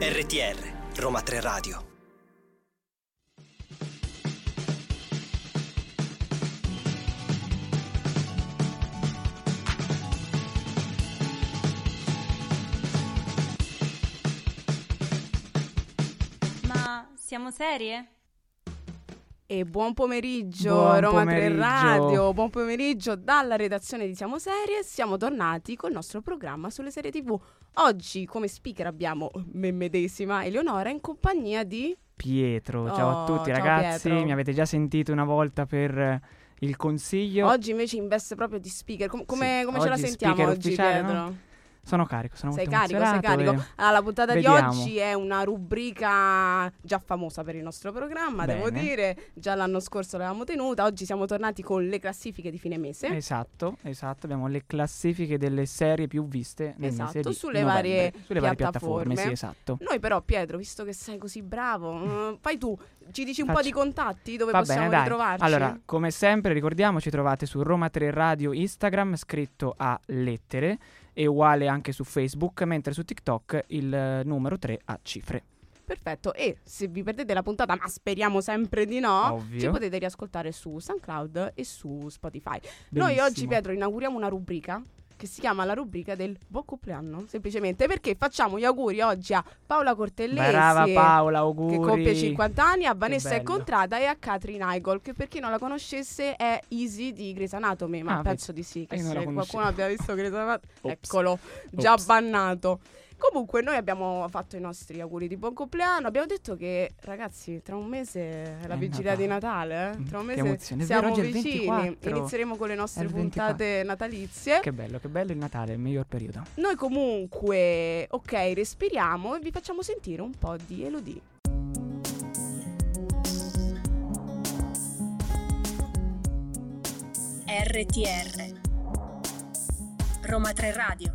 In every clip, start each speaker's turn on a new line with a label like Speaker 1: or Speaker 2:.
Speaker 1: RTR Roma 3 Radio.
Speaker 2: Ma siamo serie?
Speaker 3: E buon pomeriggio
Speaker 4: Buon
Speaker 3: Roma 3
Speaker 4: pomeriggio.
Speaker 3: Radio, buon pomeriggio dalla redazione di Siamo Serie, siamo tornati col nostro programma sulle serie tv. Oggi come speaker abbiamo me medesima Eleonora in compagnia di...
Speaker 4: Pietro, ciao a
Speaker 3: Oh,
Speaker 4: tutti
Speaker 3: ciao
Speaker 4: ragazzi,
Speaker 3: Pietro.
Speaker 4: mi avete già sentito una volta per eh, il consiglio.
Speaker 3: Oggi invece in veste proprio di speaker, Com- come,
Speaker 4: Sì,
Speaker 3: come ce la
Speaker 4: oggi
Speaker 3: sentiamo
Speaker 4: speaker
Speaker 3: oggi
Speaker 4: ufficiale,
Speaker 3: Pietro?
Speaker 4: Sono carico, sono
Speaker 3: Sei
Speaker 4: molto
Speaker 3: carico, sei
Speaker 4: emozionato
Speaker 3: carico.
Speaker 4: e-
Speaker 3: Allora, la puntata di
Speaker 4: Vediamo.
Speaker 3: oggi è una rubrica già famosa per il nostro programma, devo
Speaker 4: Bene.
Speaker 3: dire. Già l'anno scorso l'avevamo tenuta, oggi siamo tornati con le classifiche di fine mese.
Speaker 4: Esatto, esatto, abbiamo le classifiche delle serie più viste nel
Speaker 3: Esatto,
Speaker 4: mese di
Speaker 3: sulle
Speaker 4: novembre.
Speaker 3: varie
Speaker 4: sulle varie piattaforme,
Speaker 3: piattaforme.
Speaker 4: sì, esatto.
Speaker 3: Noi però, Pietro, visto che sei così bravo, eh, fai tu, ci dici un po'
Speaker 4: Faccio-
Speaker 3: di contatti dove
Speaker 4: Va
Speaker 3: possiamo
Speaker 4: bene, dai.
Speaker 3: ritrovarci?
Speaker 4: Allora, come sempre, ricordiamo, ci trovate su Roma 3 Radio Instagram scritto a lettere e uguale anche su Facebook, mentre su TikTok il eh, numero 3 a cifre.
Speaker 3: Perfetto, e se vi perdete la puntata, ma speriamo sempre di no,
Speaker 4: Ovvio.
Speaker 3: ci potete riascoltare su SoundCloud e su Spotify. Noi
Speaker 4: Bellissimo.
Speaker 3: oggi, Pietro, inauguriamo una rubrica che si chiama la rubrica del buon compleanno, semplicemente perché facciamo gli auguri oggi a Paola Cortellesi.
Speaker 4: Brava Paola,
Speaker 3: Che
Speaker 4: auguri.
Speaker 3: compie 50 anni, a Vanessa
Speaker 4: bello.
Speaker 3: Incontrata e a Katrin Eigol, che per chi non la conoscesse è Easy di Grey's Anatomy, ma
Speaker 4: Ah,
Speaker 3: penso di sì, che
Speaker 4: io non la
Speaker 3: se
Speaker 4: conoscevo.
Speaker 3: qualcuno abbia visto Grey's Anatomy,
Speaker 4: Ops.
Speaker 3: eccolo, già
Speaker 4: Ops.
Speaker 3: bannato. Comunque noi abbiamo fatto i nostri auguri di buon compleanno, abbiamo detto che ragazzi tra un mese è la
Speaker 4: È
Speaker 3: vigilia di Natale, eh?
Speaker 4: Mm,
Speaker 3: tra un
Speaker 4: che
Speaker 3: mese
Speaker 4: emozione. È vero,
Speaker 3: siamo
Speaker 4: oggi è il
Speaker 3: vicini,
Speaker 4: 24.
Speaker 3: inizieremo con le nostre
Speaker 4: È il 24.
Speaker 3: puntate natalizie.
Speaker 4: Che bello, che bello il Natale, il miglior periodo.
Speaker 3: Noi comunque, ok, respiriamo e vi facciamo sentire un po' di Elodie.
Speaker 2: RTR Roma 3 Radio.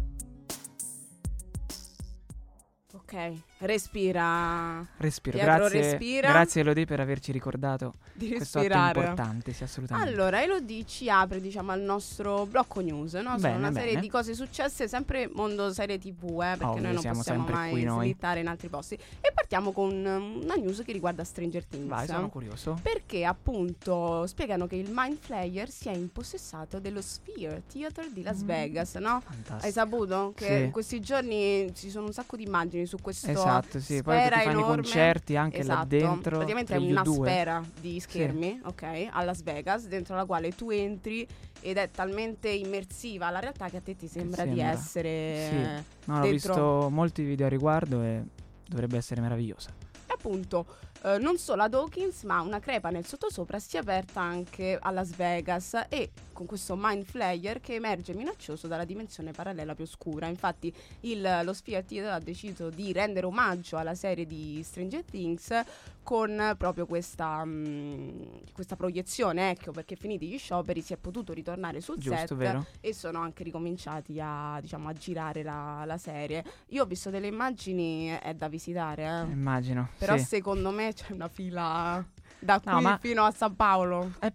Speaker 3: Ok, respira.
Speaker 4: Respiro,
Speaker 3: Pietro,
Speaker 4: grazie.
Speaker 3: respira.
Speaker 4: Grazie Elodie per averci ricordato
Speaker 3: Di
Speaker 4: questo atto
Speaker 3: respirare.
Speaker 4: importante, sì, assolutamente.
Speaker 3: Allora, Elodie ci apre, diciamo, al nostro blocco news, no? Sono
Speaker 4: Bene,
Speaker 3: una serie
Speaker 4: bene.
Speaker 3: di cose successe, sempre mondo serie TV, eh, perché
Speaker 4: Ovvio,
Speaker 3: noi non
Speaker 4: siamo
Speaker 3: possiamo
Speaker 4: sempre
Speaker 3: mai
Speaker 4: qui noi.
Speaker 3: slittare in altri posti. E partiamo con um, una news che riguarda Stranger Things.
Speaker 4: Vai, sono curioso.
Speaker 3: Perché appunto spiegano che il Mind Flayer si è impossessato dello Sphere Theater di Las
Speaker 4: Mm.
Speaker 3: Vegas, no? Hai
Speaker 4: Fantastico.
Speaker 3: saputo che
Speaker 4: Sì.
Speaker 3: in questi giorni ci sono un sacco di immagini su questo
Speaker 4: Esatto, sì, poi
Speaker 3: sfera
Speaker 4: tutti fanno
Speaker 3: enorme.
Speaker 4: i concerti anche là
Speaker 3: Esatto,
Speaker 4: dentro.
Speaker 3: praticamente è
Speaker 4: tra gli
Speaker 3: una
Speaker 4: U due.
Speaker 3: sfera di schermi, ok, a Las Vegas, dentro la quale tu entri ed è talmente immersiva la realtà che a te ti sembra, di
Speaker 4: sembra.
Speaker 3: essere
Speaker 4: No, ho
Speaker 3: dentro.
Speaker 4: visto molti video a riguardo e dovrebbe essere meravigliosa.
Speaker 3: E appunto, eh, non solo ad Hawkins, ma una crepa nel sottosopra si è aperta anche a Las Vegas e con questo Mind Flayer che emerge minaccioso dalla dimensione parallela più oscura. Infatti, il- lo Sphere Theater ha deciso di rendere omaggio alla serie di Stranger Things con eh, proprio questa, mm, questa proiezione, ecco, perché finiti gli scioperi si è potuto ritornare sul set
Speaker 4: Giusto, vero?
Speaker 3: e sono anche ricominciati a, diciamo, a girare la, la serie. Io ho visto delle immagini, eh, è da visitare, eh.
Speaker 4: Immagino.
Speaker 3: Però
Speaker 4: sì.
Speaker 3: secondo me c'è una fila da qui
Speaker 4: No, ma-
Speaker 3: fino a San Paolo.
Speaker 4: È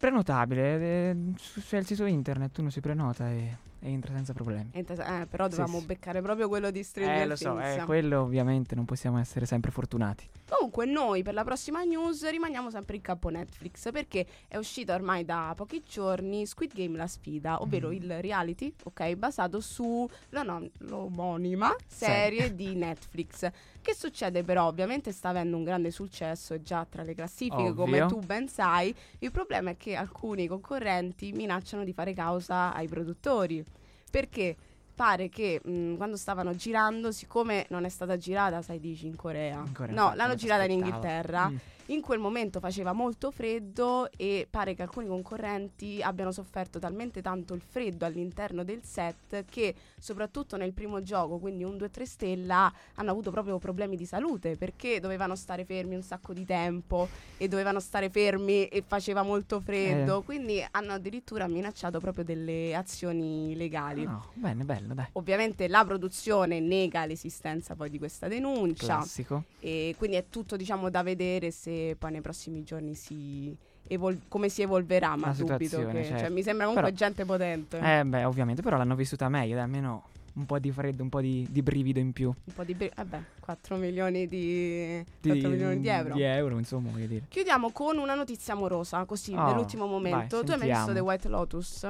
Speaker 4: prenotabile, eh, su- c'è il sito internet, uno si prenota e, e entra senza problemi.
Speaker 3: Eh, però
Speaker 4: Sì,
Speaker 3: dovevamo
Speaker 4: sì.
Speaker 3: beccare proprio quello di Stranger
Speaker 4: Eh, lo so,
Speaker 3: Things.
Speaker 4: eh, quello ovviamente non possiamo essere sempre fortunati.
Speaker 3: Comunque noi per la prossima news rimaniamo sempre in campo Netflix perché è uscita ormai da pochi giorni Squid Game La Sfida, ovvero
Speaker 4: Mm.
Speaker 3: il reality, ok, basato sulla non- l'omonima serie di Netflix. Che succede però? Ovviamente sta avendo un grande successo è già tra le classifiche, come
Speaker 4: Ovvio.
Speaker 3: tu ben sai. Il problema è che alcuni concorrenti minacciano di fare causa ai produttori. Perché? Pare che mh, quando stavano girando, siccome non è stata girata, sai, dici in Corea.
Speaker 4: In Corea,
Speaker 3: no,
Speaker 4: infatti,
Speaker 3: l'hanno
Speaker 4: non si
Speaker 3: girata in
Speaker 4: aspettava.
Speaker 3: Inghilterra.
Speaker 4: Mm.
Speaker 3: In quel momento faceva molto freddo e pare che alcuni concorrenti abbiano sofferto talmente tanto il freddo all'interno del set che soprattutto nel primo gioco, quindi un 2-3 stella, hanno avuto proprio problemi di salute perché dovevano stare fermi un sacco di tempo e dovevano stare fermi e faceva molto
Speaker 4: Eh.
Speaker 3: freddo, quindi hanno addirittura minacciato proprio delle azioni legali.
Speaker 4: No, Ah, bene, bello, dai.
Speaker 3: Ovviamente la produzione nega l'esistenza poi di questa denuncia.
Speaker 4: Classico.
Speaker 3: E quindi è tutto diciamo da vedere se poi nei prossimi giorni si evol- come si evolverà, ma
Speaker 4: La
Speaker 3: dubito
Speaker 4: situazione,
Speaker 3: che...
Speaker 4: certo.
Speaker 3: Cioè, mi sembra comunque
Speaker 4: Però-
Speaker 3: gente potente.
Speaker 4: Eh beh, ovviamente, però l'hanno vissuta meglio, dai, almeno un po' di freddo, un po' di, di brivido in più.
Speaker 3: Un po' di... bri- Vabbè, 4 milioni di... 4 milioni di euro.
Speaker 4: Di euro, insomma, voglio dire.
Speaker 3: Chiudiamo con una notizia amorosa, così,
Speaker 4: Oh,
Speaker 3: dell'ultimo
Speaker 4: vai,
Speaker 3: momento. tu hai mai
Speaker 4: sentiamo.
Speaker 3: visto The White Lotus?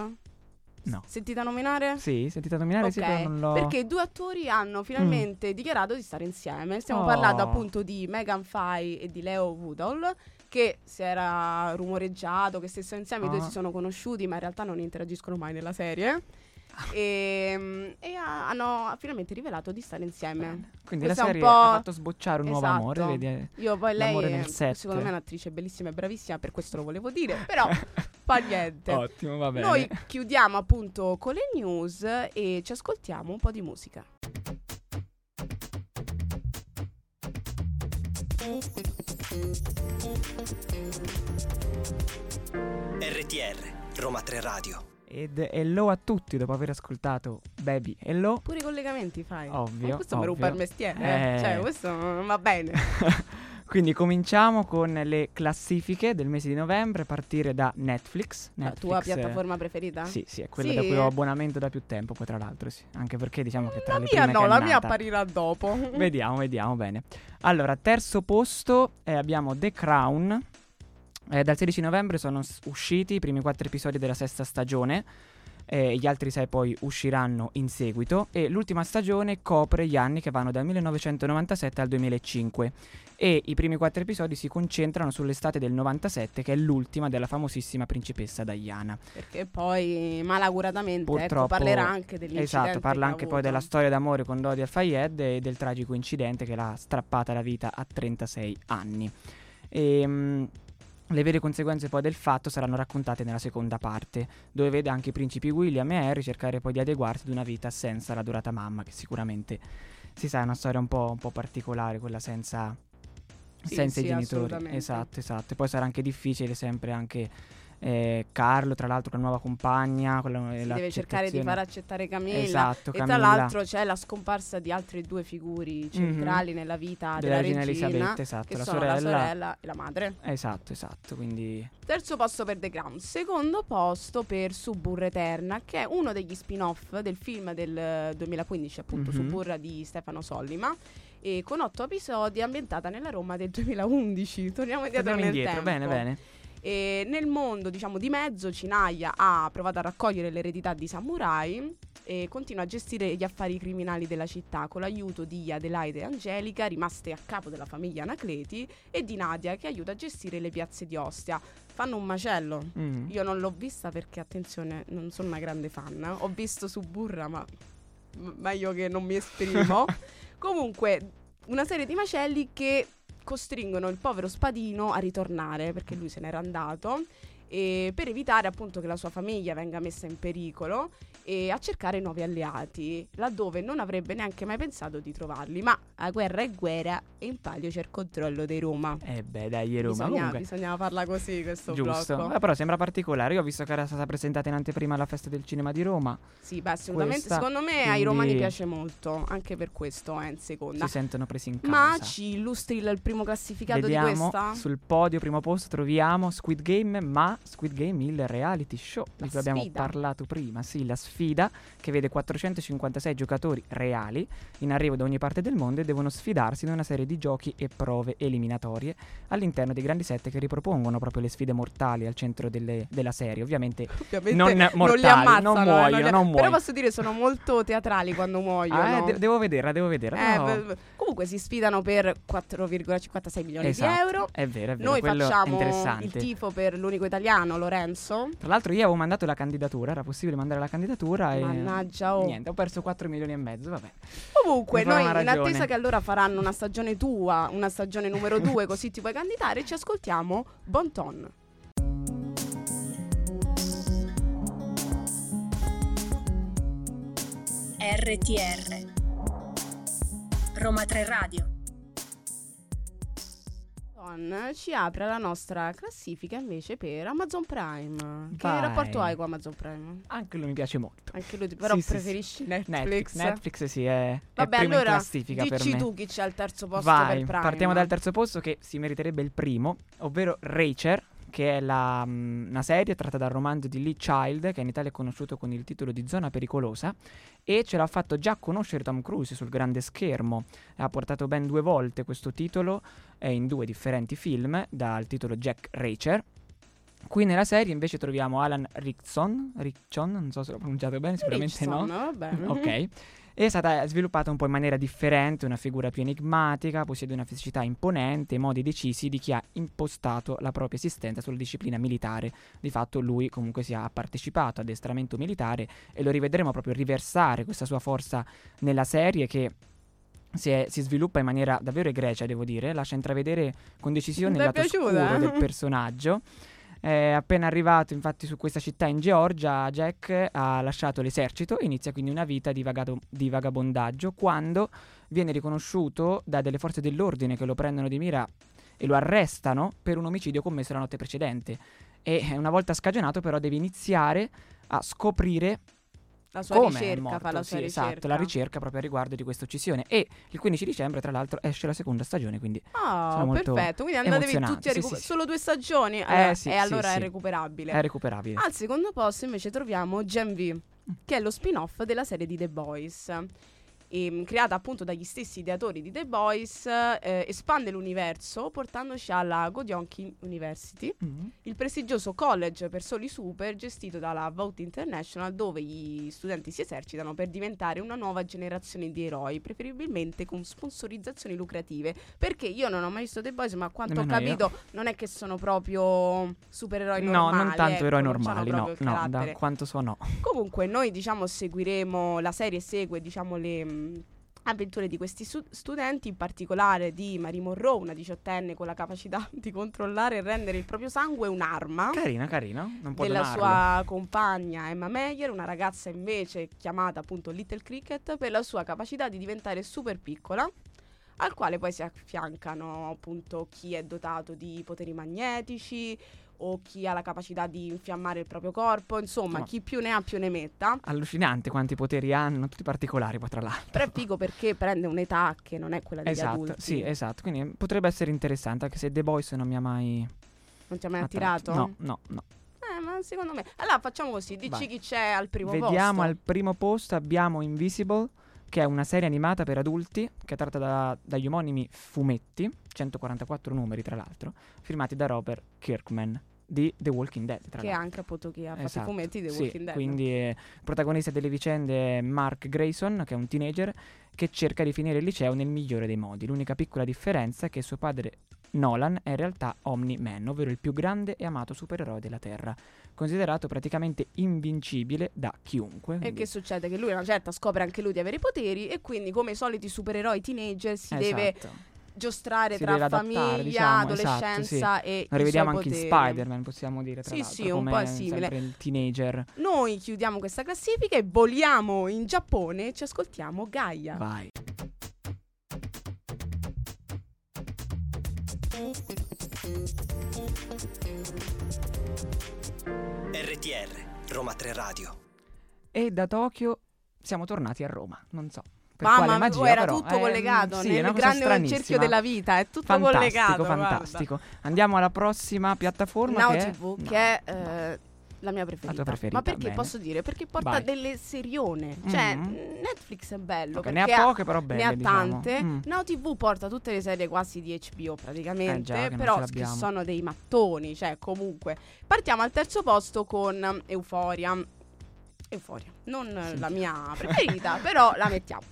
Speaker 4: No.
Speaker 3: Sentita nominare?
Speaker 4: Sì, sentita nominare, Eh, sì, però
Speaker 3: Ok,
Speaker 4: non l'ho... Mm.
Speaker 3: Perché i due attori hanno finalmente dichiarato di stare insieme. Stiamo
Speaker 4: Oh.
Speaker 3: parlando appunto di Megan Fye e di Leo Woodall. Che si era rumoreggiato che stessero insieme, i
Speaker 4: Ah.
Speaker 3: due si sono conosciuti, ma in realtà non interagiscono mai nella serie.
Speaker 4: Ah.
Speaker 3: E, e ha- hanno finalmente rivelato di stare insieme.
Speaker 4: Quindi
Speaker 3: Questo
Speaker 4: la
Speaker 3: è un
Speaker 4: serie
Speaker 3: po'-
Speaker 4: ha fatto sbocciare un nuovo
Speaker 3: Esatto.
Speaker 4: amore, vedi? eh.
Speaker 3: Io poi
Speaker 4: L'amore
Speaker 3: lei,
Speaker 4: nel
Speaker 3: è,
Speaker 4: set.
Speaker 3: secondo me, è un'attrice bellissima e bravissima, per questo lo volevo dire, però fa niente.
Speaker 4: Ottimo, Oh, va bene.
Speaker 3: Noi chiudiamo appunto con le news e ci ascoltiamo un po' di musica.
Speaker 1: RTR Roma 3 Radio.
Speaker 4: Ed hello a tutti dopo aver ascoltato Baby Hello.
Speaker 3: Pure i collegamenti fai.
Speaker 4: Ovvio,
Speaker 3: Ma questo mi ruba
Speaker 4: ovvio.
Speaker 3: il mestiere.
Speaker 4: Eh.
Speaker 3: Cioè, questo non va bene.
Speaker 4: Quindi cominciamo con le classifiche del mese di novembre, a partire da Netflix.
Speaker 3: La
Speaker 4: Netflix,
Speaker 3: tua
Speaker 4: eh,
Speaker 3: piattaforma preferita?
Speaker 4: Sì, sì, è quella
Speaker 3: Sì?
Speaker 4: da cui ho abbonamento da più tempo, poi tra l'altro, sì. Anche perché diciamo che tra
Speaker 3: La
Speaker 4: le
Speaker 3: mia
Speaker 4: prime
Speaker 3: no,
Speaker 4: che è
Speaker 3: la mia Mm.
Speaker 4: nata-
Speaker 3: apparirà dopo.
Speaker 4: Vediamo, vediamo bene. Allora, terzo posto eh, abbiamo The Crown. Eh, dal 16 novembre sono s- usciti i primi quattro episodi della sesta stagione. eh, gli altri sei poi usciranno in seguito. E l'ultima stagione copre gli anni che vanno dal 1997 al 2005. E i primi quattro episodi si concentrano sull'estate del 97, che è l'ultima della famosissima principessa Diana.
Speaker 3: Perché poi malauguratamente ecco,
Speaker 4: Purtroppo-
Speaker 3: parlerà anche dell'incidente
Speaker 4: Esatto, parla
Speaker 3: che ha
Speaker 4: anche poi
Speaker 3: avuto.
Speaker 4: della storia d'amore con Dodi Al-Fayed e del tragico incidente che l'ha strappata la vita a 36 anni. Ehm, le vere conseguenze poi del fatto saranno raccontate nella seconda parte, dove vede anche i principi William e Harry cercare poi di adeguarsi ad una vita senza la dorata mamma, che sicuramente si sa è una storia un po', un po' particolare, quella senza,
Speaker 3: Sì,
Speaker 4: senza
Speaker 3: sì,
Speaker 4: i genitori.
Speaker 3: assolutamente.
Speaker 4: Esatto, esatto. E poi sarà anche difficile sempre anche eh, Carlo, tra l'altro, con la nuova compagna. Con la,
Speaker 3: Si deve cercare di far accettare Camilla.
Speaker 4: Esatto,
Speaker 3: e
Speaker 4: Camilla. Mhm.
Speaker 3: tra l'altro c'è la scomparsa di altre due figure centrali nella vita
Speaker 4: della
Speaker 3: della,
Speaker 4: regina Elisabetta,
Speaker 3: Elisabetta,
Speaker 4: esatto,
Speaker 3: che
Speaker 4: la
Speaker 3: sono
Speaker 4: sorella.
Speaker 3: la sorella e la madre.
Speaker 4: Esatto, esatto, quindi
Speaker 3: Terzo posto per The Crown, secondo posto per Suburra Eterna, che è uno degli spin-off del film del eh, 2015, appunto
Speaker 4: Mhm.
Speaker 3: Suburra di Stefano Sollima, e con otto episodi ambientata nella Roma del 2011. Torniamo indietro
Speaker 4: torniamo
Speaker 3: nel
Speaker 4: indietro,
Speaker 3: tempo.
Speaker 4: bene, bene.
Speaker 3: E nel mondo, diciamo, di mezzo, Cinaia ha provato a raccogliere l'eredità di samurai e continua a gestire gli affari criminali della città con l'aiuto di Adelaide e Angelica, rimaste a capo della famiglia Anacleti, e di Nadia, che aiuta a gestire le piazze di Ostia. Fanno un macello.
Speaker 4: Mm.
Speaker 3: Io non l'ho vista perché, attenzione, non sono una grande fan. Ho visto Suburra, ma m- meglio che non mi esprimo. Comunque, una serie di macelli che costringono il povero Spadino a ritornare perché lui se n'era andato. E per evitare appunto che la sua famiglia venga messa in pericolo e a cercare nuovi alleati, laddove non avrebbe neanche mai pensato di trovarli. Ma la guerra è guerra e in palio c'è il controllo dei Roma.
Speaker 4: Eh beh, dai, Roma
Speaker 3: Bisogna-
Speaker 4: comunque.
Speaker 3: bisognava farla così questo
Speaker 4: Giusto,
Speaker 3: blocco.
Speaker 4: Eh, però sembra particolare. Io ho visto che era stata presentata in anteprima alla festa del cinema di Roma.
Speaker 3: Sì, beh, assolutamente.
Speaker 4: Questa,
Speaker 3: secondo me
Speaker 4: quindi-
Speaker 3: ai romani piace molto, anche per questo è in seconda.
Speaker 4: Si sentono presi in causa.
Speaker 3: Ma ci illustri il il primo classificato di
Speaker 4: Vediamo
Speaker 3: questa?
Speaker 4: sul podio, primo posto, troviamo Squid Game, ma Squid Game il reality show
Speaker 3: La
Speaker 4: di cui abbiamo
Speaker 3: sfida.
Speaker 4: parlato prima. Sì, la sfida che vede 456 giocatori reali in arrivo da ogni parte del mondo e devono sfidarsi in una serie di giochi e prove eliminatorie all'interno dei grandi set che ripropongono proprio le sfide mortali al centro delle- della serie. Ovviamente
Speaker 3: Ovviamente
Speaker 4: non
Speaker 3: li
Speaker 4: mortali,
Speaker 3: ammazzano,
Speaker 4: non
Speaker 3: eh,
Speaker 4: muoiono,
Speaker 3: li-
Speaker 4: non
Speaker 3: Però
Speaker 4: muoiono.
Speaker 3: posso dire sono molto teatrali quando muoiono.
Speaker 4: Ah, eh, de- devo vederla, devo vederla.
Speaker 3: Eh,
Speaker 4: no.
Speaker 3: beh, comunque si sfidano per 4,56 milioni
Speaker 4: Esatto,
Speaker 3: di euro.
Speaker 4: È vero, è vero,
Speaker 3: Noi
Speaker 4: quello è
Speaker 3: facciamo
Speaker 4: interessante.
Speaker 3: il tifo per l'unico italiano Lorenzo.
Speaker 4: Tra l'altro io avevo mandato la candidatura, era possibile mandare la candidatura e...
Speaker 3: Mannaggia, oh.
Speaker 4: Niente, ho perso 4 milioni e mezzo, vabbè.
Speaker 3: Comunque,
Speaker 4: Mi farà
Speaker 3: noi
Speaker 4: una
Speaker 3: in
Speaker 4: ragione.
Speaker 3: attesa che allora faranno una stagione tua, una stagione numero due, così ti puoi candidare, ci ascoltiamo Bonton.
Speaker 2: RTR Roma 3 Radio.
Speaker 3: Bonton ci apre la nostra classifica invece per Amazon Prime. Che
Speaker 4: Vai.
Speaker 3: rapporto hai con Amazon Prime?
Speaker 4: Anche lui mi piace molto.
Speaker 3: Anche lui, però
Speaker 4: Sì, sì,
Speaker 3: preferisci Netflix.
Speaker 4: Netflix, Netflix sì, è, è
Speaker 3: Vabbè,
Speaker 4: primo in
Speaker 3: allora
Speaker 4: classifica per
Speaker 3: dici
Speaker 4: me.
Speaker 3: tu chi c'è al terzo posto
Speaker 4: Vai,
Speaker 3: per Prime.
Speaker 4: partiamo dal terzo posto che si meriterebbe il primo, ovvero Rachel che è la, mh, una serie tratta dal romanzo di Lee Child, che in Italia è conosciuto con il titolo di Zona Pericolosa, e ce l'ha fatto già conoscere Tom Cruise sul grande schermo. Ha portato ben due volte questo titolo eh, in due differenti film, dal titolo Jack Reacher. Qui nella serie invece troviamo Alan Rickson, Rickson, non so se l'ho pronunciato bene, sicuramente no.
Speaker 3: Richardson, Vabbè.
Speaker 4: Ok. È stata sviluppata un po' in maniera differente, una figura più enigmatica, possiede una fisicità imponente, e modi decisi di chi ha impostato la propria esistenza sulla disciplina militare. Di fatto lui comunque si ha partecipato ad addestramento militare e lo rivedremo proprio riversare questa sua forza nella serie che si, è- si sviluppa in maniera davvero egregia, devo dire, lascia intravedere con decisione
Speaker 3: Mi
Speaker 4: il
Speaker 3: è
Speaker 4: lato
Speaker 3: piaciuta,
Speaker 4: oscuro
Speaker 3: eh?
Speaker 4: del personaggio. Eh, appena arrivato infatti su questa città in Georgia, Jack ha lasciato l'esercito, inizia quindi una vita di, vagato- di vagabondaggio quando viene riconosciuto da delle forze dell'ordine che lo prendono di mira e lo arrestano per un omicidio commesso la notte precedente. E eh, una volta scagionato però deve iniziare a scoprire
Speaker 3: La sua
Speaker 4: come è
Speaker 3: ricerca
Speaker 4: morto,
Speaker 3: fa la sua
Speaker 4: sì,
Speaker 3: ricerca.
Speaker 4: Esatto, la ricerca proprio a riguardo di questa uccisione. E il 15 dicembre, tra l'altro, esce la seconda stagione, quindi
Speaker 3: Ah,
Speaker 4: Sono molto
Speaker 3: perfetto. Quindi andatevi tutti a
Speaker 4: emozionante, sì,
Speaker 3: recuperare.
Speaker 4: sì, sì.
Speaker 3: Solo due stagioni. allora-
Speaker 4: sì,
Speaker 3: e
Speaker 4: sì,
Speaker 3: allora è
Speaker 4: sì.
Speaker 3: recuperabile.
Speaker 4: è recuperabile.
Speaker 3: Al secondo posto invece troviamo Gen V, che è lo spin-off della serie di The Boys. Ehm, creata appunto dagli stessi ideatori di The Boys, eh, espande l'universo portandoci alla Godionkin University,
Speaker 4: Mm.
Speaker 3: il prestigioso college per soli super gestito dalla Vault International dove gli studenti si esercitano per diventare una nuova generazione di eroi, preferibilmente con sponsorizzazioni lucrative. Perché io non ho mai visto The Boys, ma a quanto ho
Speaker 4: Nemmeno io.
Speaker 3: capito non è che sono proprio supereroi
Speaker 4: No,
Speaker 3: normali.
Speaker 4: non tanto
Speaker 3: ecco,
Speaker 4: eroi
Speaker 3: non c'hanno
Speaker 4: normali, no,
Speaker 3: proprio il
Speaker 4: no, da
Speaker 3: carattere.
Speaker 4: quanto so no.
Speaker 3: Comunque noi diciamo seguiremo, la serie segue diciamo le mh, avventure di questi su- studenti, in particolare di Marie Monroe, una diciottenne con la capacità di controllare e rendere il proprio sangue un'arma.
Speaker 4: Carina, carina, non
Speaker 3: Ah.
Speaker 4: può
Speaker 3: della
Speaker 4: donarlo.
Speaker 3: sua compagna Emma Meyer, una ragazza invece chiamata appunto Little Cricket per la sua capacità di diventare super piccola, al quale poi si affiancano appunto chi è dotato di poteri magnetici o chi ha la capacità di infiammare il proprio corpo, insomma,
Speaker 4: No.
Speaker 3: chi più ne ha più ne metta.
Speaker 4: Allucinante quanti poteri hanno, tutti particolari poi tra l'altro.
Speaker 3: Però è figo perché prende un'età che non è quella degli
Speaker 4: Esatto,
Speaker 3: adulti.
Speaker 4: sì, esatto. Quindi eh, potrebbe essere interessante, anche se The Boys non mi ha mai
Speaker 3: non ti ha mai
Speaker 4: attratto.
Speaker 3: attirato?
Speaker 4: No, no, no.
Speaker 3: Eh, ma secondo me. Allora facciamo così, dici
Speaker 4: Vai.
Speaker 3: chi c'è al primo
Speaker 4: Vediamo
Speaker 3: posto.
Speaker 4: al primo posto abbiamo Invisible, che è una serie animata per adulti che è tratta da- dagli omonimi fumetti, 144 numeri tra l'altro, firmati da Robert Kirkman di The Walking Dead, tra
Speaker 3: che è
Speaker 4: l'altro.
Speaker 3: anche appunto chi ha fatto
Speaker 4: Esatto,
Speaker 3: i fumetti dei
Speaker 4: sì,
Speaker 3: Walking Dead.
Speaker 4: Quindi eh, il protagonista delle vicende è Mark Grayson, che è un teenager che cerca di finire il liceo nel migliore dei modi. L'unica piccola differenza è che suo padre Nolan è in realtà Omni-Man, ovvero il più grande e amato supereroe della Terra, considerato praticamente invincibile da chiunque.
Speaker 3: E
Speaker 4: quindi-
Speaker 3: che succede? Che lui a una certa scopre anche lui di avere i poteri e quindi come i soliti supereroi teenager si deve
Speaker 4: Esatto.
Speaker 3: giostrare
Speaker 4: Si
Speaker 3: tra
Speaker 4: deve adattare,
Speaker 3: famiglia,
Speaker 4: diciamo, esatto,
Speaker 3: adolescenza e
Speaker 4: Lo rivediamo anche
Speaker 3: i
Speaker 4: in
Speaker 3: suoi poteri.
Speaker 4: Spider-Man, possiamo dire, tra
Speaker 3: Sì,
Speaker 4: l'altro,
Speaker 3: sì, un
Speaker 4: come
Speaker 3: po' è simile.
Speaker 4: sempre il teenager.
Speaker 3: Noi chiudiamo questa classifica e voliamo in Giappone e ci ascoltiamo Gaia.
Speaker 4: Vai.
Speaker 1: RTR Roma 3 Radio.
Speaker 4: E da Tokyo siamo tornati a Roma, non so. Per
Speaker 3: Mamma
Speaker 4: quale
Speaker 3: mia,
Speaker 4: magia,
Speaker 3: oh, era
Speaker 4: però,
Speaker 3: tutto
Speaker 4: eh,
Speaker 3: collegato
Speaker 4: sì, è una
Speaker 3: nel
Speaker 4: cosa
Speaker 3: grande
Speaker 4: stranissima.
Speaker 3: cerchio della vita, è tutto
Speaker 4: fantastico,
Speaker 3: collegato. guarda.
Speaker 4: Fantastico, Andiamo alla prossima piattaforma
Speaker 3: Now
Speaker 4: che è...
Speaker 3: TV,
Speaker 4: no,
Speaker 3: che è
Speaker 4: no.
Speaker 3: eh, la mia preferita.
Speaker 4: tua preferita,
Speaker 3: Ma perché
Speaker 4: bene.
Speaker 3: posso dire? Perché porta
Speaker 4: Vai.
Speaker 3: delle serione. Cioè,
Speaker 4: Mm.
Speaker 3: Netflix è bello.
Speaker 4: Ok,
Speaker 3: perché
Speaker 4: ne ha poche, però belle,
Speaker 3: ne ha
Speaker 4: diciamo.
Speaker 3: tante.
Speaker 4: Mm.
Speaker 3: Now TV porta tutte le serie quasi di HBO praticamente,
Speaker 4: Eh già, che non
Speaker 3: però
Speaker 4: ce
Speaker 3: che
Speaker 4: l'abbiamo.
Speaker 3: sono dei mattoni, cioè comunque. Partiamo al terzo posto con um, Euphoria. Euforia, non eh, la
Speaker 4: Sentiamo.
Speaker 3: mia preferita, però la mettiamo.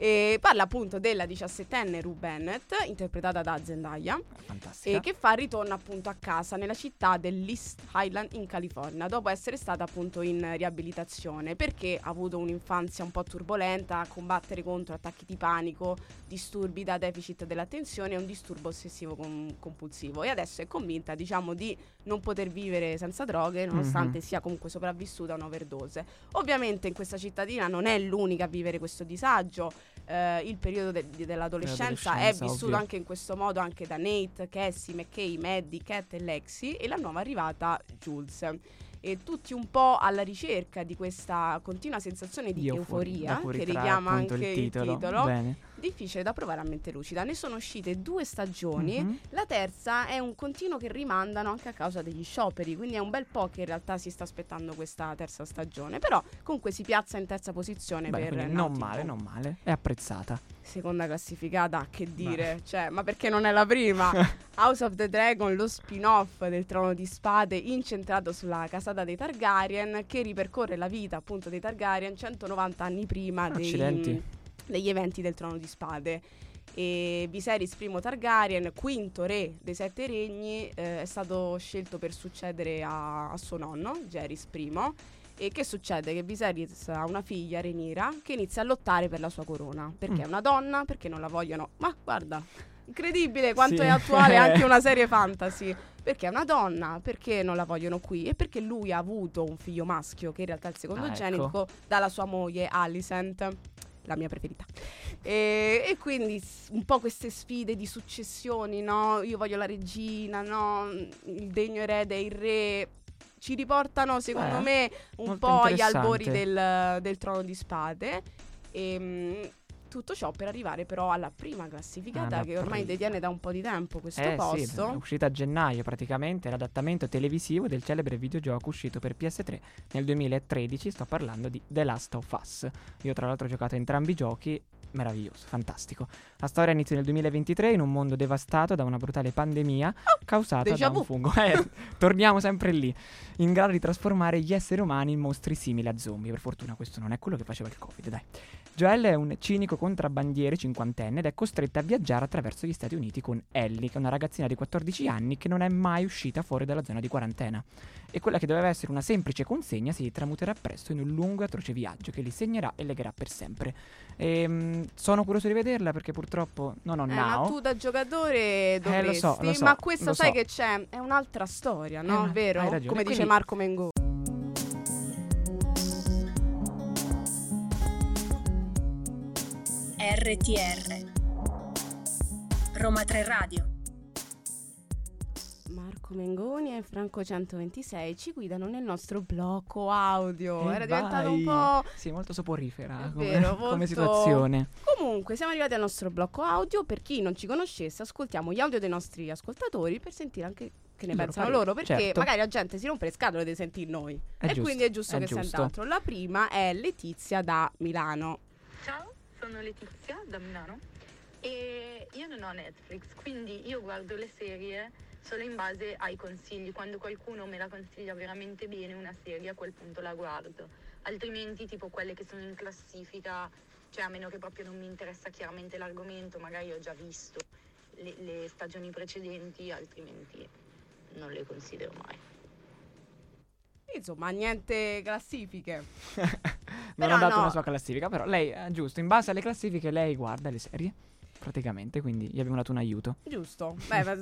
Speaker 3: E parla appunto della 17enne Rue Bennett, interpretata da Zendaya,
Speaker 4: Fantastica.
Speaker 3: e che fa ritorno appunto a casa nella città dell'East Highland in California dopo essere stata appunto in riabilitazione perché ha avuto un'infanzia un po' turbolenta a combattere contro attacchi di panico, disturbi da deficit dell'attenzione e un disturbo ossessivo com- compulsivo e adesso è convinta diciamo di non poter vivere senza droghe nonostante
Speaker 4: Mhm.
Speaker 3: sia comunque sopravvissuta a un'overdose. Ovviamente in questa cittadina non è l'unica a vivere questo disagio, eh, il periodo de- di- dell'adolescenza è
Speaker 4: Dell'adolescenza,
Speaker 3: vissuto
Speaker 4: ovvio.
Speaker 3: anche in questo modo anche da Nate, Cassie, McKay, Maddie, Cat e Lexi e la nuova arrivata Jules. E tutti un po' alla ricerca di questa continua sensazione di,
Speaker 4: Di euforia, da
Speaker 3: euforia,
Speaker 4: cui
Speaker 3: che
Speaker 4: ritrae
Speaker 3: richiama
Speaker 4: appunto
Speaker 3: anche
Speaker 4: il titolo. Bene.
Speaker 3: difficile da provare a mente lucida. Ne sono uscite due stagioni.
Speaker 4: Mhm.
Speaker 3: La terza è un continuo che rimandano anche a causa degli scioperi, quindi è un bel po' che in realtà si sta aspettando questa terza stagione, però comunque si piazza in terza posizione
Speaker 4: Beh,
Speaker 3: per
Speaker 4: quindi
Speaker 3: Naughty
Speaker 4: non male,
Speaker 3: Dog.
Speaker 4: non male. È apprezzata.
Speaker 3: Seconda classificata, che dire, cioè, ma perché non è la prima? House of the Dragon, lo spin-off del Trono di Spade incentrato sulla casata dei Targaryen che ripercorre la vita appunto dei Targaryen 190 anni prima dei-
Speaker 4: Accidenti.
Speaker 3: degli eventi del Trono di Spade. E Viserys I Targaryen, quinto re dei Sette Regni, eh, è stato scelto per succedere a, a suo nonno, Geris I. E che succede? Che Viserys ha una figlia, Renira, che inizia a lottare per la sua corona. Perché
Speaker 4: Mm.
Speaker 3: è una donna, perché non la vogliono. Ma guarda, incredibile quanto
Speaker 4: Sì.
Speaker 3: è attuale anche una serie fantasy. Perché è una donna, perché non la vogliono qui e perché lui ha avuto un figlio maschio che in realtà è il secondo
Speaker 4: Ah, ecco.
Speaker 3: genico dalla sua moglie Alicent, la mia preferita. E, e quindi s- un po' queste sfide di successioni, no? Io voglio la regina, no? Il degno erede, il re. Ci riportano, secondo
Speaker 4: Eh,
Speaker 3: me, un
Speaker 4: molto
Speaker 3: po' agli albori
Speaker 4: interessante.
Speaker 3: del, del trono di spade. E, mm, tutto ciò per arrivare però alla prima classificata
Speaker 4: Alla
Speaker 3: che ormai
Speaker 4: Ah, prima.
Speaker 3: detiene da un po' di tempo questo
Speaker 4: eh sì, è
Speaker 3: posto.
Speaker 4: uscita a gennaio praticamente, l'adattamento televisivo del celebre videogioco uscito per PS3 nel 2013, sto parlando di The Last of Us. Io tra l'altro ho giocato a entrambi i giochi, meraviglioso, fantastico. La storia inizia nel 2023 in un mondo devastato da una brutale pandemia causata
Speaker 3: Oh, déjà
Speaker 4: da un
Speaker 3: vu.
Speaker 4: fungo. Eh, torniamo sempre lì, in grado di trasformare gli esseri umani in mostri simili a zombie. Per fortuna questo non è quello che faceva il Covid, dai. Joel è un cinico contrabbandiere cinquantenne ed è costretta a viaggiare attraverso gli Stati Uniti con Ellie, che è una ragazzina di 14 anni che non è mai uscita fuori dalla zona di quarantena. E quella che doveva essere una semplice consegna si tramuterà presto in un lungo e atroce viaggio che li segnerà e legherà per sempre. Ehm, sono curioso di vederla perché purtroppo non ho
Speaker 3: Eh,
Speaker 4: now. Eh,
Speaker 3: ma tu da giocatore dovresti,
Speaker 4: lo so, lo so,
Speaker 3: ma questa
Speaker 4: lo
Speaker 3: sai
Speaker 4: so.
Speaker 3: che c'è, è un'altra storia, no?
Speaker 4: Eh, ma-
Speaker 3: Vero?
Speaker 4: hai ragione,
Speaker 3: Come dice
Speaker 4: quindi-
Speaker 3: Marco Mengoni.
Speaker 2: RTR Roma 3 Radio
Speaker 3: Marco Mengoni e Franco 126 ci guidano nel nostro blocco audio.
Speaker 4: Eh,
Speaker 3: Era diventato un
Speaker 4: vai.
Speaker 3: po'
Speaker 4: Sì, molto soporifera
Speaker 3: È
Speaker 4: come,
Speaker 3: vero,
Speaker 4: come
Speaker 3: molto-
Speaker 4: situazione.
Speaker 3: Comunque, siamo arrivati al nostro blocco audio. Per chi non ci conoscesse, ascoltiamo gli audio dei nostri ascoltatori per sentire anche che ne
Speaker 4: Il loro
Speaker 3: pensano
Speaker 4: parere,
Speaker 3: loro. Perché
Speaker 4: certo.
Speaker 3: magari la gente si rompe le scatole di sentire noi.
Speaker 4: È
Speaker 3: e
Speaker 4: giusto,
Speaker 3: quindi è giusto
Speaker 4: è
Speaker 3: che
Speaker 4: giusto.
Speaker 3: sia altro. La prima è Letizia da Milano.
Speaker 5: Ciao, sono Letizia da Milano e io non ho Netflix, quindi io guardo le serie solo in base ai consigli. Quando qualcuno me la consiglia veramente bene una serie, a quel punto la guardo. Altrimenti, tipo quelle che sono in classifica, cioè a meno che proprio non mi interessa chiaramente l'argomento, magari ho già visto le, le stagioni precedenti, altrimenti non le considero mai.
Speaker 3: Insomma, niente classifiche.
Speaker 4: non
Speaker 3: Però
Speaker 4: ho dato
Speaker 3: no.
Speaker 4: una sua classifica, però lei, eh, giusto, in base alle classifiche lei guarda le serie, praticamente, quindi gli abbiamo dato un aiuto.
Speaker 3: Giusto. Beh, ma-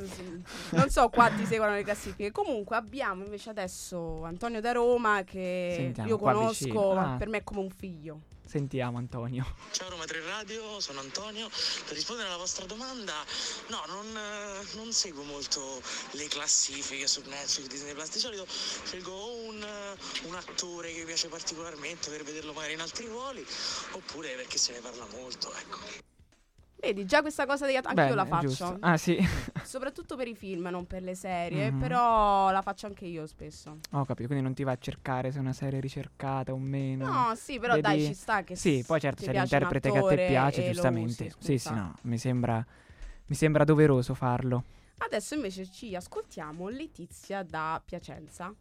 Speaker 3: non so quanti seguono le classifiche. Comunque abbiamo invece adesso Antonio da Roma che
Speaker 4: Sentiamo,
Speaker 3: io
Speaker 4: qua
Speaker 3: conosco,
Speaker 4: vicino.
Speaker 3: ma
Speaker 4: Ah.
Speaker 3: per me è come un figlio.
Speaker 4: Sentiamo Antonio.
Speaker 6: Ciao Roma 3 Radio, sono Antonio. Per rispondere alla vostra domanda, no, non, eh, non seguo molto le classifiche su Netflix, Disney Plus. Di solito scelgo o un, eh, un attore che mi piace particolarmente per vederlo magari in altri ruoli, oppure perché se ne parla molto, ecco.
Speaker 3: Vedi, già questa cosa degli attacchi
Speaker 4: Bene,
Speaker 3: io la faccio.
Speaker 4: giusto. Ah sì,
Speaker 3: Soprattutto per i film, non per le serie,
Speaker 4: Mhm.
Speaker 3: però la faccio anche io spesso.
Speaker 4: ho capito, quindi non ti va a cercare se è una serie ricercata o meno.
Speaker 3: No, sì, però
Speaker 4: Vedi-
Speaker 3: dai, ci sta che
Speaker 4: Sì,
Speaker 3: s-
Speaker 4: poi certo
Speaker 3: ti
Speaker 4: c'è
Speaker 3: piace un
Speaker 4: l'interprete che a te
Speaker 3: attore
Speaker 4: piace,
Speaker 3: e lo
Speaker 4: giustamente.
Speaker 3: usi,
Speaker 4: sì,
Speaker 3: scusa.
Speaker 4: sì, no, mi sembra, mi sembra doveroso farlo.
Speaker 3: Adesso invece ci ascoltiamo Letizia da Piacenza.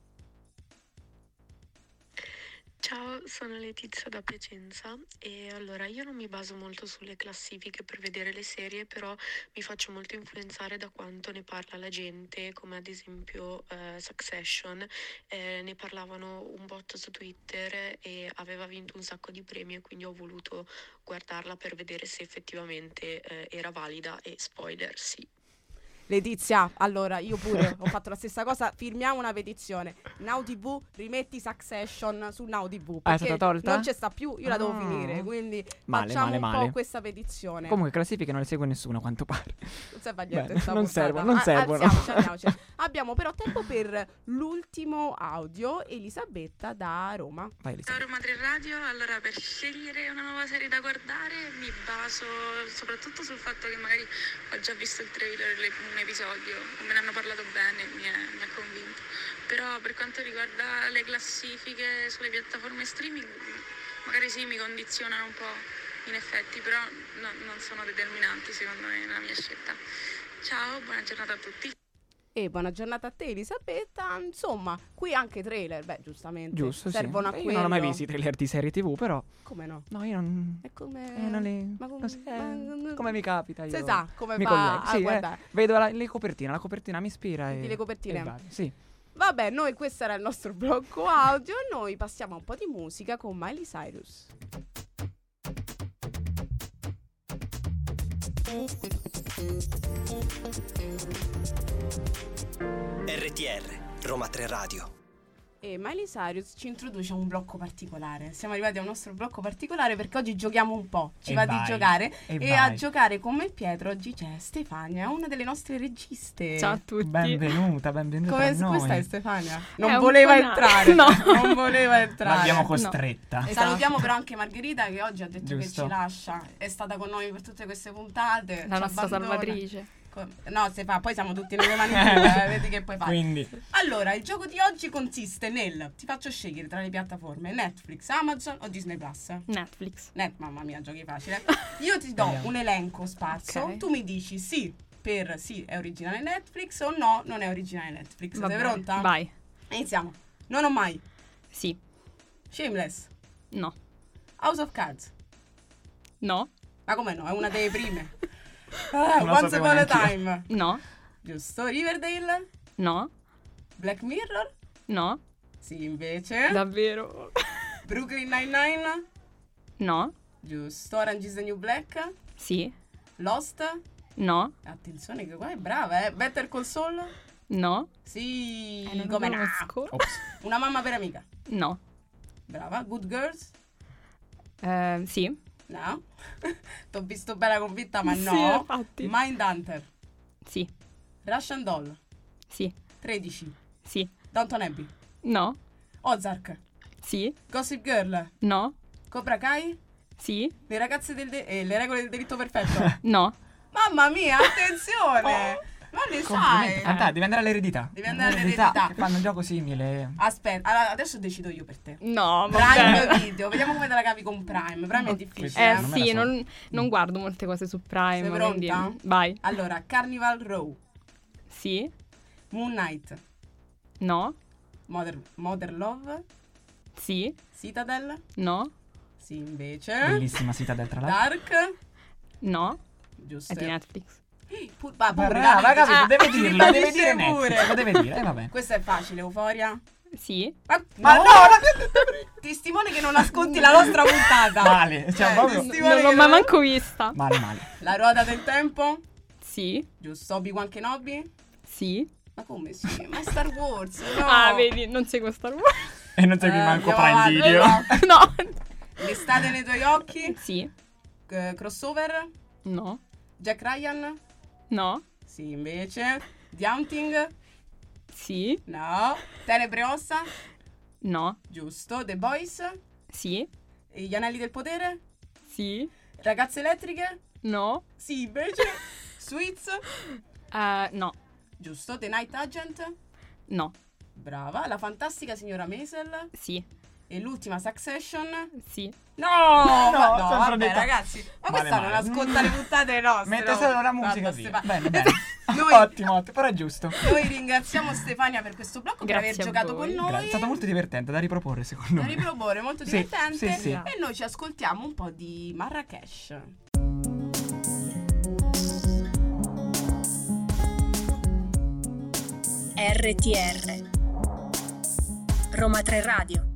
Speaker 7: Ciao, sono Letizia da Piacenza e allora io non mi baso molto sulle classifiche per vedere le serie, però mi faccio molto influenzare da quanto ne parla la gente, come ad esempio eh, Succession, Eh, ne parlavano un botto su Twitter e aveva vinto un sacco di premi e quindi ho voluto guardarla per vedere se effettivamente eh, era valida e spoiler, sì.
Speaker 3: Letizia, allora io pure ho fatto la stessa cosa. Firmiamo una petizione. Now TV, rimetti Succession su Now TV.
Speaker 4: Ah, è
Speaker 3: perché
Speaker 4: stata tolta?
Speaker 3: Non c'è sta più, io la devo
Speaker 4: Ah.
Speaker 3: finire. Quindi
Speaker 4: Male,
Speaker 3: facciamo
Speaker 4: male,
Speaker 3: un
Speaker 4: male.
Speaker 3: po' questa petizione.
Speaker 4: Comunque classifiche non le segue nessuno a quanto pare.
Speaker 3: non serve a niente.
Speaker 4: Bene,
Speaker 3: sta
Speaker 4: non
Speaker 3: puntata.
Speaker 4: servono, non
Speaker 3: Ah,
Speaker 4: servono.
Speaker 3: alziamoci, alziamoci. Abbiamo però tempo per l'ultimo audio. Elisabetta da Roma.
Speaker 4: Vai
Speaker 7: Ciao
Speaker 4: Elisabetta.
Speaker 7: Roma 3 Radio, allora per scegliere una nuova serie da guardare mi baso soprattutto sul fatto che magari ho già visto il trailer, le- un episodio, me ne hanno parlato bene, mi è- mi ha convinto. Però per quanto riguarda le classifiche sulle piattaforme streaming, magari sì mi condizionano un po' in effetti, però no- non sono determinanti secondo me nella mia scelta. Ciao, buona giornata a tutti.
Speaker 3: E buona giornata a te Elisabetta. Insomma, qui anche trailer. Beh, giustamente.
Speaker 4: Giusto, sì.
Speaker 3: Servono a
Speaker 4: Io
Speaker 3: quello.
Speaker 4: non ho mai visto i trailer di serie TV, però
Speaker 3: Come no?
Speaker 4: no, io non
Speaker 3: È come...
Speaker 4: eh, non le-
Speaker 3: Ma com-
Speaker 4: non so- eh,
Speaker 3: ma-
Speaker 4: come mi capita io.
Speaker 3: Si sa come
Speaker 4: mi
Speaker 3: fa
Speaker 4: collego.
Speaker 3: a
Speaker 4: Sì, eh,
Speaker 3: guardare.
Speaker 4: vedo la, le copertine, la copertina mi ispira
Speaker 3: Senti
Speaker 4: e
Speaker 3: le copertine.
Speaker 4: e vado, Sì.
Speaker 3: Vabbè, noi questo era il nostro blocco audio. Noi passiamo a un po' di musica con Miley Cyrus.
Speaker 1: RTR Roma 3 Radio.
Speaker 3: E Miley Cyrus ci introduce a un blocco particolare. Siamo arrivati a un nostro blocco particolare perché oggi giochiamo un po'. Ci
Speaker 4: E
Speaker 3: va
Speaker 4: vai,
Speaker 3: di giocare.
Speaker 4: e
Speaker 3: E, a
Speaker 4: vai.
Speaker 3: giocare con me e Pietro oggi c'è Stefania, una delle nostre registe.
Speaker 8: Ciao a tutti.
Speaker 4: Benvenuta, benvenuta
Speaker 3: Come,
Speaker 4: a noi.
Speaker 3: come stai Stefania? Non
Speaker 8: un
Speaker 3: voleva
Speaker 8: po' na-
Speaker 3: entrare.
Speaker 8: No.
Speaker 3: Non voleva entrare.
Speaker 4: L'abbiamo
Speaker 8: No.
Speaker 4: costretta.
Speaker 8: Esatto.
Speaker 3: Salutiamo però anche Margherita che oggi ha detto
Speaker 4: Giusto.
Speaker 3: che ci lascia, è stata con noi per tutte queste puntate.
Speaker 8: La
Speaker 3: ci
Speaker 8: nostra
Speaker 3: abbandona.
Speaker 8: salvatrice.
Speaker 3: Co- No, se fa, poi siamo tutti nelle mani tue, eh, vedi che puoi fare.
Speaker 4: Quindi
Speaker 3: Allora, il gioco di oggi consiste nel ti faccio scegliere tra le piattaforme Netflix, Amazon o Disney Plus.
Speaker 8: Netflix.
Speaker 3: Net, mamma mia, giochi facile. Io ti do
Speaker 4: Vediamo.
Speaker 3: un elenco spazio,
Speaker 8: Ok.
Speaker 3: tu mi dici sì per sì è originale Netflix o no non è originale Netflix.
Speaker 8: Vabbè,
Speaker 3: Sei pronta?
Speaker 8: Vai.
Speaker 3: Iniziamo. Non ho mai.
Speaker 8: Sì.
Speaker 3: Shameless.
Speaker 8: No.
Speaker 3: House of Cards.
Speaker 8: No.
Speaker 3: Ma come no? È una delle prime. Ah,
Speaker 4: Non la
Speaker 3: Once
Speaker 4: sapevo
Speaker 3: Upon a
Speaker 4: neanch'io.
Speaker 3: Time.
Speaker 8: No.
Speaker 3: Giusto. Riverdale.
Speaker 8: No.
Speaker 3: Black Mirror.
Speaker 8: No.
Speaker 3: Sì, invece.
Speaker 8: Davvero.
Speaker 3: Brooklyn Nine-Nine.
Speaker 8: No.
Speaker 3: Giusto. Orange is the New Black.
Speaker 8: Sì.
Speaker 3: Lost.
Speaker 8: No.
Speaker 3: Attenzione che qua è brava, eh. Better Call Saul.
Speaker 8: No.
Speaker 3: Sì,
Speaker 8: Eh, non lo
Speaker 3: come no.
Speaker 8: conosco.
Speaker 3: Una mamma per amica.
Speaker 8: No.
Speaker 3: Brava. Good Girls.
Speaker 8: Eh, sì.
Speaker 3: No. T'ho visto bella convinta, ma
Speaker 8: Sì,
Speaker 3: no.
Speaker 8: infatti.
Speaker 3: Mindhunter.
Speaker 8: Sì.
Speaker 3: Russian Doll.
Speaker 8: Sì.
Speaker 3: 13.
Speaker 8: Sì.
Speaker 3: Downton Abbey.
Speaker 8: No.
Speaker 3: Ozark.
Speaker 8: Sì.
Speaker 3: Gossip Girl.
Speaker 8: No.
Speaker 3: Cobra Kai.
Speaker 8: Sì.
Speaker 3: Le ragazze del de- eh, le regole del delitto perfetto.
Speaker 8: No.
Speaker 3: Mamma mia, attenzione! Ma le sai!
Speaker 4: Andà, devi andare all'eredità.
Speaker 3: Devi andare all'eredità. Eh?
Speaker 4: Che fanno un gioco simile.
Speaker 3: Aspetta, allora, adesso decido io per te.
Speaker 8: No,
Speaker 3: Prime
Speaker 8: vabbè.
Speaker 3: video, vediamo come te la cavi con Prime. Prime è difficile.
Speaker 8: Eh
Speaker 3: eh.
Speaker 4: me la
Speaker 8: sì,
Speaker 4: so.
Speaker 8: non, non guardo molte cose su Prime.
Speaker 3: Sei pronta?
Speaker 8: quindi- Vai.
Speaker 3: Allora, Carnival Row,
Speaker 8: Sì.
Speaker 3: Moon Knight,
Speaker 8: No.
Speaker 3: Mother, Mother Love,
Speaker 8: Sì.
Speaker 3: Citadel,
Speaker 8: No.
Speaker 3: sì invece,
Speaker 4: Bellissima sita del tra l'altro.
Speaker 3: Dark,
Speaker 8: No.
Speaker 3: giusto.
Speaker 8: È di Netflix.
Speaker 3: Pu- va, pure,
Speaker 4: Brava,
Speaker 3: dai,
Speaker 4: capito,
Speaker 3: ah,
Speaker 4: deve
Speaker 3: ci
Speaker 4: dirlo, deve
Speaker 3: ribavisce
Speaker 4: dire Netflix,
Speaker 3: pure.
Speaker 4: lo deve dire, eh, vabbè.
Speaker 3: Questo è facile, Euforia.
Speaker 8: Sì.
Speaker 3: Ma,
Speaker 4: Ma no,
Speaker 3: Testimone che non ascolti la nostra puntata.
Speaker 4: Male, cioè,
Speaker 3: Eh,
Speaker 4: proprio-
Speaker 3: testimone
Speaker 8: Non l'ho
Speaker 3: che
Speaker 8: mai manco vista.
Speaker 4: Male, male.
Speaker 3: La ruota del tempo.
Speaker 8: Sì.
Speaker 3: Giusto, Obi-Wan Kenobi.
Speaker 8: Sì.
Speaker 3: Ma come sì? Ma è Star Wars, no.
Speaker 8: Ah, vedi, non seguo Star Wars.
Speaker 4: E non
Speaker 3: Eh,
Speaker 4: segui manco
Speaker 3: andiamo
Speaker 4: Prime
Speaker 3: avanti,
Speaker 4: Video.
Speaker 3: no.
Speaker 8: No.
Speaker 3: L'estate nei tuoi occhi.
Speaker 8: Sì.
Speaker 3: eh, crossover.
Speaker 8: No.
Speaker 3: Jack Ryan.
Speaker 8: No.
Speaker 3: Sì, invece. The Hunting.
Speaker 8: Sì.
Speaker 3: No. Tenebre ossa.
Speaker 8: No.
Speaker 3: Giusto. The Boys.
Speaker 8: Sì.
Speaker 3: E Gli anelli del potere.
Speaker 8: Sì.
Speaker 3: Ragazze elettriche.
Speaker 8: No.
Speaker 3: Sì, invece. Suits.
Speaker 8: Eh, no.
Speaker 3: Giusto. The Night Agent.
Speaker 8: No.
Speaker 3: Brava. La fantastica signora Maisel.
Speaker 8: Sì.
Speaker 3: E l'ultima Succession.
Speaker 8: Sì.
Speaker 3: No, no,
Speaker 4: sempre
Speaker 3: vabbè,
Speaker 4: detto-
Speaker 3: ragazzi, ma
Speaker 4: Male,
Speaker 3: questa non
Speaker 4: male.
Speaker 3: ascolta le puntate nostre.
Speaker 4: Mette
Speaker 3: no?
Speaker 4: solo la
Speaker 3: Guarda,
Speaker 4: musica sì.
Speaker 3: Stefania.
Speaker 4: Bene, bene.
Speaker 3: Noi-
Speaker 4: Ottimo, ottimo, però è giusto.
Speaker 3: Noi ringraziamo Stefania per questo blocco,
Speaker 8: Grazie
Speaker 3: per aver
Speaker 8: a
Speaker 3: giocato
Speaker 8: voi.
Speaker 3: con
Speaker 4: Grazie,
Speaker 3: noi.
Speaker 4: È stato molto divertente da riproporre, secondo
Speaker 3: Da
Speaker 4: me.
Speaker 3: riproporre, molto
Speaker 4: Sì,
Speaker 3: divertente.
Speaker 4: sì, sì.
Speaker 3: E noi ci ascoltiamo un po' di Marrakesh.
Speaker 2: RTR Roma 3 Radio.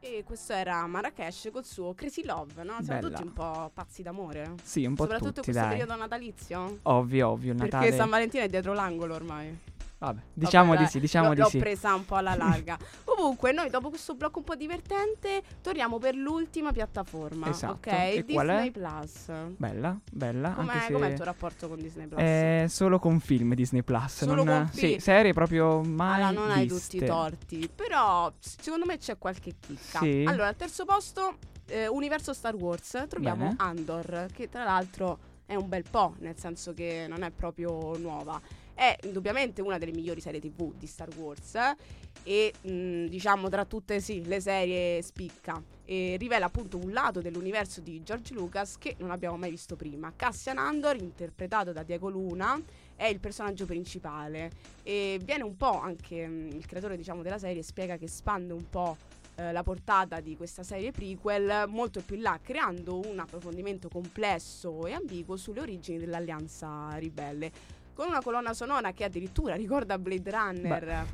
Speaker 3: E questo era Marrakesh col suo Crazy Love, no? Siamo
Speaker 4: Bella.
Speaker 3: tutti un po' pazzi d'amore.
Speaker 4: Sì, un po'
Speaker 3: Soprattutto
Speaker 4: tutti,
Speaker 3: questo
Speaker 4: dai.
Speaker 3: periodo natalizio.
Speaker 4: Ovvio, ovvio, il Natale.
Speaker 3: Perché San Valentino è dietro l'angolo ormai.
Speaker 4: Vabbè, diciamo
Speaker 3: Vabbè,
Speaker 4: di
Speaker 3: dai,
Speaker 4: sì, diciamo
Speaker 3: l'ho-
Speaker 4: di
Speaker 3: l'ho
Speaker 4: sì.
Speaker 3: presa un po' alla larga. Comunque, noi dopo questo blocco un po' divertente, torniamo per l'ultima piattaforma.
Speaker 4: Esatto.
Speaker 3: Ok,
Speaker 4: E qual è?
Speaker 3: Disney Plus.
Speaker 4: Bella, bella.
Speaker 3: Com'è,
Speaker 4: anche se...
Speaker 3: com'è il tuo rapporto con Disney Plus?
Speaker 4: Eh, solo con film Disney Plus.
Speaker 3: Solo
Speaker 4: non-
Speaker 3: con
Speaker 4: Sì,
Speaker 3: film.
Speaker 4: serie proprio mai
Speaker 3: Allora, non hai tutti
Speaker 4: viste.
Speaker 3: i torti. Però, s- secondo me c'è qualche chicca.
Speaker 4: Sì.
Speaker 3: Allora, al terzo posto, eh, universo Star Wars, troviamo
Speaker 4: Bene.
Speaker 3: Andor, che tra l'altro è un bel po', nel senso che non è proprio nuova. È indubbiamente una delle migliori serie TV di Star Wars. eh, E mh, diciamo tra tutte sì, le serie spicca e rivela appunto un lato dell'universo di George Lucas che non abbiamo mai visto prima. Cassian Andor, interpretato da Diego Luna, è il personaggio principale e viene un po' anche mh, il creatore diciamo della serie spiega che espande un po' eh, la portata di questa serie prequel molto più in là creando un approfondimento complesso e ambiguo sulle origini dell'alleanza ribelle con una colonna sonora che addirittura ricorda Blade Runner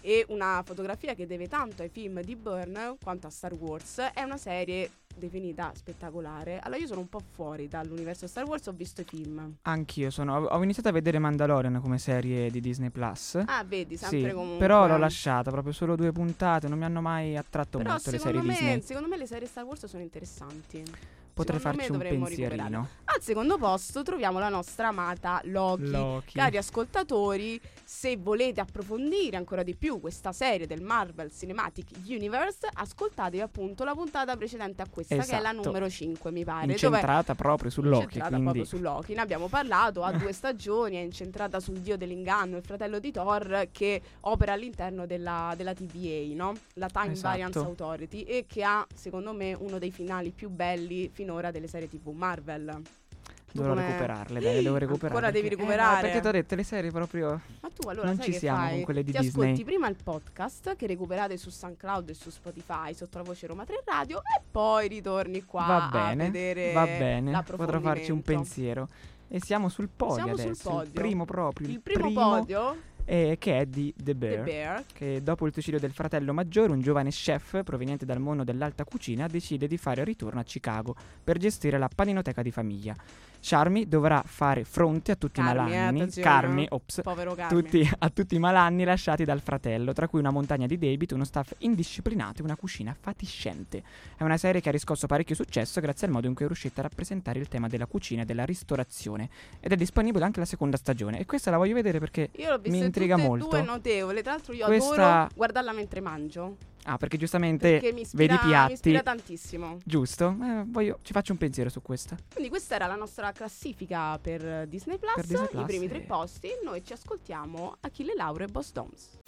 Speaker 3: e una fotografia che deve tanto ai film di Byrne quanto a Star Wars è una serie definita spettacolare allora io sono un po' fuori dall'universo Star Wars ho visto i film
Speaker 4: Anch'io sono. Ho iniziato a vedere Mandalorian come serie di Disney Plus.
Speaker 3: ah vedi sempre
Speaker 4: sì,
Speaker 3: comunque eh.
Speaker 4: Però l'ho lasciata proprio solo due puntate. Non mi hanno mai attratto
Speaker 3: Però
Speaker 4: molto le
Speaker 3: secondo,
Speaker 4: serie
Speaker 3: me,
Speaker 4: Disney.
Speaker 3: secondo me le serie Star Wars sono interessanti. secondo
Speaker 4: Potrei
Speaker 3: me
Speaker 4: farci un
Speaker 3: dovremmo
Speaker 4: pensierino.
Speaker 3: recuperarle. Al secondo posto troviamo la nostra amata Loki.
Speaker 4: Loki.
Speaker 3: Cari ascoltatori, se volete approfondire ancora di più questa serie del Marvel Cinematic Universe, ascoltatevi appunto la puntata precedente a questa, che è la
Speaker 4: Esatto.
Speaker 3: numero 5, mi pare. dove
Speaker 4: Incentrata proprio su Loki.
Speaker 3: incentrata
Speaker 4: Quindi
Speaker 3: proprio su Loki. Ne abbiamo parlato, ha due stagioni, è incentrata sul dio dell'inganno, il fratello di Thor che opera all'interno della, della TVA, no? la Time
Speaker 4: Esatto.
Speaker 3: Variance Authority, e che ha, secondo me, uno dei finali più belli finora delle serie TV Marvel. Tu
Speaker 4: dovrò
Speaker 3: come-
Speaker 4: recuperarle. Dai, le devo recuperare.
Speaker 3: Ancora devi
Speaker 4: perché- eh, no,
Speaker 3: recuperare.
Speaker 4: perché ti ho detto le serie proprio.
Speaker 3: Ma tu allora
Speaker 4: Non
Speaker 3: sai
Speaker 4: ci
Speaker 3: che
Speaker 4: siamo
Speaker 3: fai?
Speaker 4: con quelle di
Speaker 3: Ti
Speaker 4: Disney.
Speaker 3: ascolti prima il podcast che recuperate su SoundCloud e su Spotify sotto la voce Roma 3 Radio e poi ritorni qua
Speaker 4: va
Speaker 3: a
Speaker 4: bene.
Speaker 3: vedere
Speaker 4: Va bene. Potrò farci un
Speaker 3: l'approfondimento.
Speaker 4: pensiero. E siamo sul podio
Speaker 3: Siamo sul
Speaker 4: adesso. Il
Speaker 3: podio.
Speaker 4: primo proprio.
Speaker 3: Il primo, podio,
Speaker 4: eh, che è di The Bear.
Speaker 3: The Bear,
Speaker 4: che dopo il suicidio del fratello maggiore, un giovane chef proveniente dal mondo dell'alta cucina decide di fare ritorno a Chicago per gestire la paninoteca di famiglia. Charmy dovrà fare fronte a tutti
Speaker 3: Carmi,
Speaker 4: i
Speaker 3: eh,
Speaker 4: malanni,
Speaker 3: attenzione.
Speaker 4: Carmi, ops,
Speaker 3: povero Carmine.
Speaker 4: tutti, a tutti i malanni lasciati dal fratello, tra cui una montagna di debiti, uno staff indisciplinato e una cucina fatiscente. È una serie che ha riscosso parecchio successo grazie al modo in cui è riuscita a rappresentare il tema della cucina e della ristorazione ed è disponibile anche la seconda stagione e questa la voglio vedere perché
Speaker 3: Io l'ho vista
Speaker 4: Mi intriga
Speaker 3: tutte
Speaker 4: molto.
Speaker 3: e due notevole. Tra l'altro, io
Speaker 4: Questa-
Speaker 3: adoro guardarla mentre mangio.
Speaker 4: ah, perché giustamente
Speaker 3: Perché mi ispira,
Speaker 4: vedi i
Speaker 3: mi
Speaker 4: piatti
Speaker 3: ispira tantissimo.
Speaker 4: Giusto, eh, voglio- ci faccio un pensiero su questa.
Speaker 3: Quindi, questa era la nostra classifica per eh, Disney Plus.
Speaker 4: Per Disney Plus,
Speaker 3: I primi
Speaker 4: sì.
Speaker 3: tre posti. Noi ci ascoltiamo Achille Lauro e Boss Doms.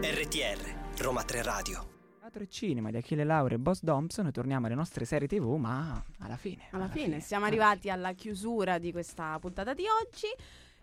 Speaker 1: RTR Roma 3 Radio.
Speaker 4: Teatro e cinema di Achille Lauro e Boss Thompson, e torniamo alle nostre serie tv, ma alla fine.
Speaker 3: Alla fine, siamo
Speaker 4: alla
Speaker 3: arrivati alla chiusura di questa puntata di oggi.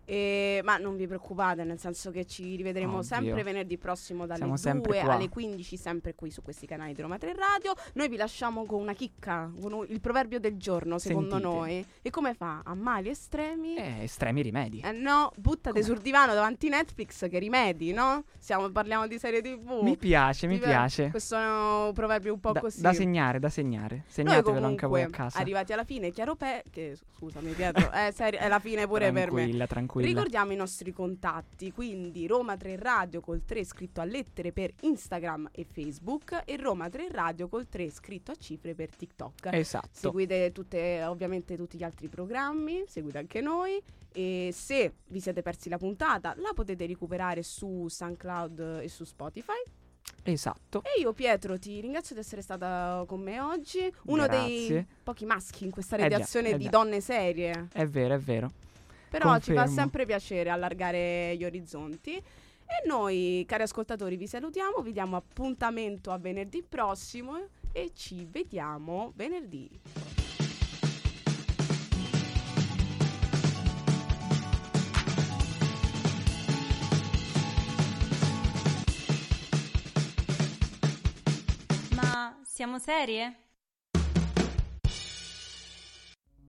Speaker 3: E- ma non vi preoccupate, nel senso che ci rivedremo
Speaker 4: Ovvio.
Speaker 3: sempre venerdì prossimo dalle
Speaker 4: Siamo sempre
Speaker 3: 2
Speaker 4: qua.
Speaker 3: alle 15, sempre qui su questi canali di Roma 3 Radio. Noi vi lasciamo con una chicca, con un- il proverbio del giorno, secondo
Speaker 4: Sentite.
Speaker 3: noi. E come fa? A mali estremi?
Speaker 4: fine. Eh, estremi rimedi.
Speaker 3: Eh no, buttate
Speaker 4: Com'è?
Speaker 3: sul divano davanti Netflix che rimedi, no? Siamo- parliamo di serie TV.
Speaker 4: Mi piace, mi
Speaker 3: oh, Ti-
Speaker 4: piace.
Speaker 3: Questo è un proverbio un po'
Speaker 4: Da,
Speaker 3: così.
Speaker 4: da segnare, da segnare.
Speaker 3: Noi
Speaker 4: Segnatevelo
Speaker 3: comunque,
Speaker 4: anche voi a casa.
Speaker 3: arrivati alla fine, Chiaro Pe... Che, scusami Pietro, è, seri- è la fine pure per me.
Speaker 4: tranquilla, tranquilla.
Speaker 3: Ricordiamo i nostri contatti, quindi Roma 3 Radio col 3 scritto a lettere per Instagram e Facebook e Roma 3 Radio col 3 scritto a cifre per TikTok.
Speaker 4: Esatto.
Speaker 3: Seguite tutte- ovviamente tutti gli altri programmi, seguite anche noi e se vi siete persi la puntata la potete recuperare su SoundCloud e su Spotify.
Speaker 4: Esatto.
Speaker 3: E io Pietro ti ringrazio di essere stata con me oggi, uno dei
Speaker 4: Grazie.
Speaker 3: pochi maschi in questa
Speaker 4: Eh già,
Speaker 3: redazione
Speaker 4: eh
Speaker 3: di
Speaker 4: già.
Speaker 3: donne serie.
Speaker 4: È vero, è vero.
Speaker 3: Però ci fa
Speaker 4: Confermo.
Speaker 3: sempre piacere allargare gli orizzonti. E noi, cari ascoltatori, vi salutiamo, vi diamo appuntamento a venerdì prossimo e ci vediamo venerdì.
Speaker 9: Ma siamo serie?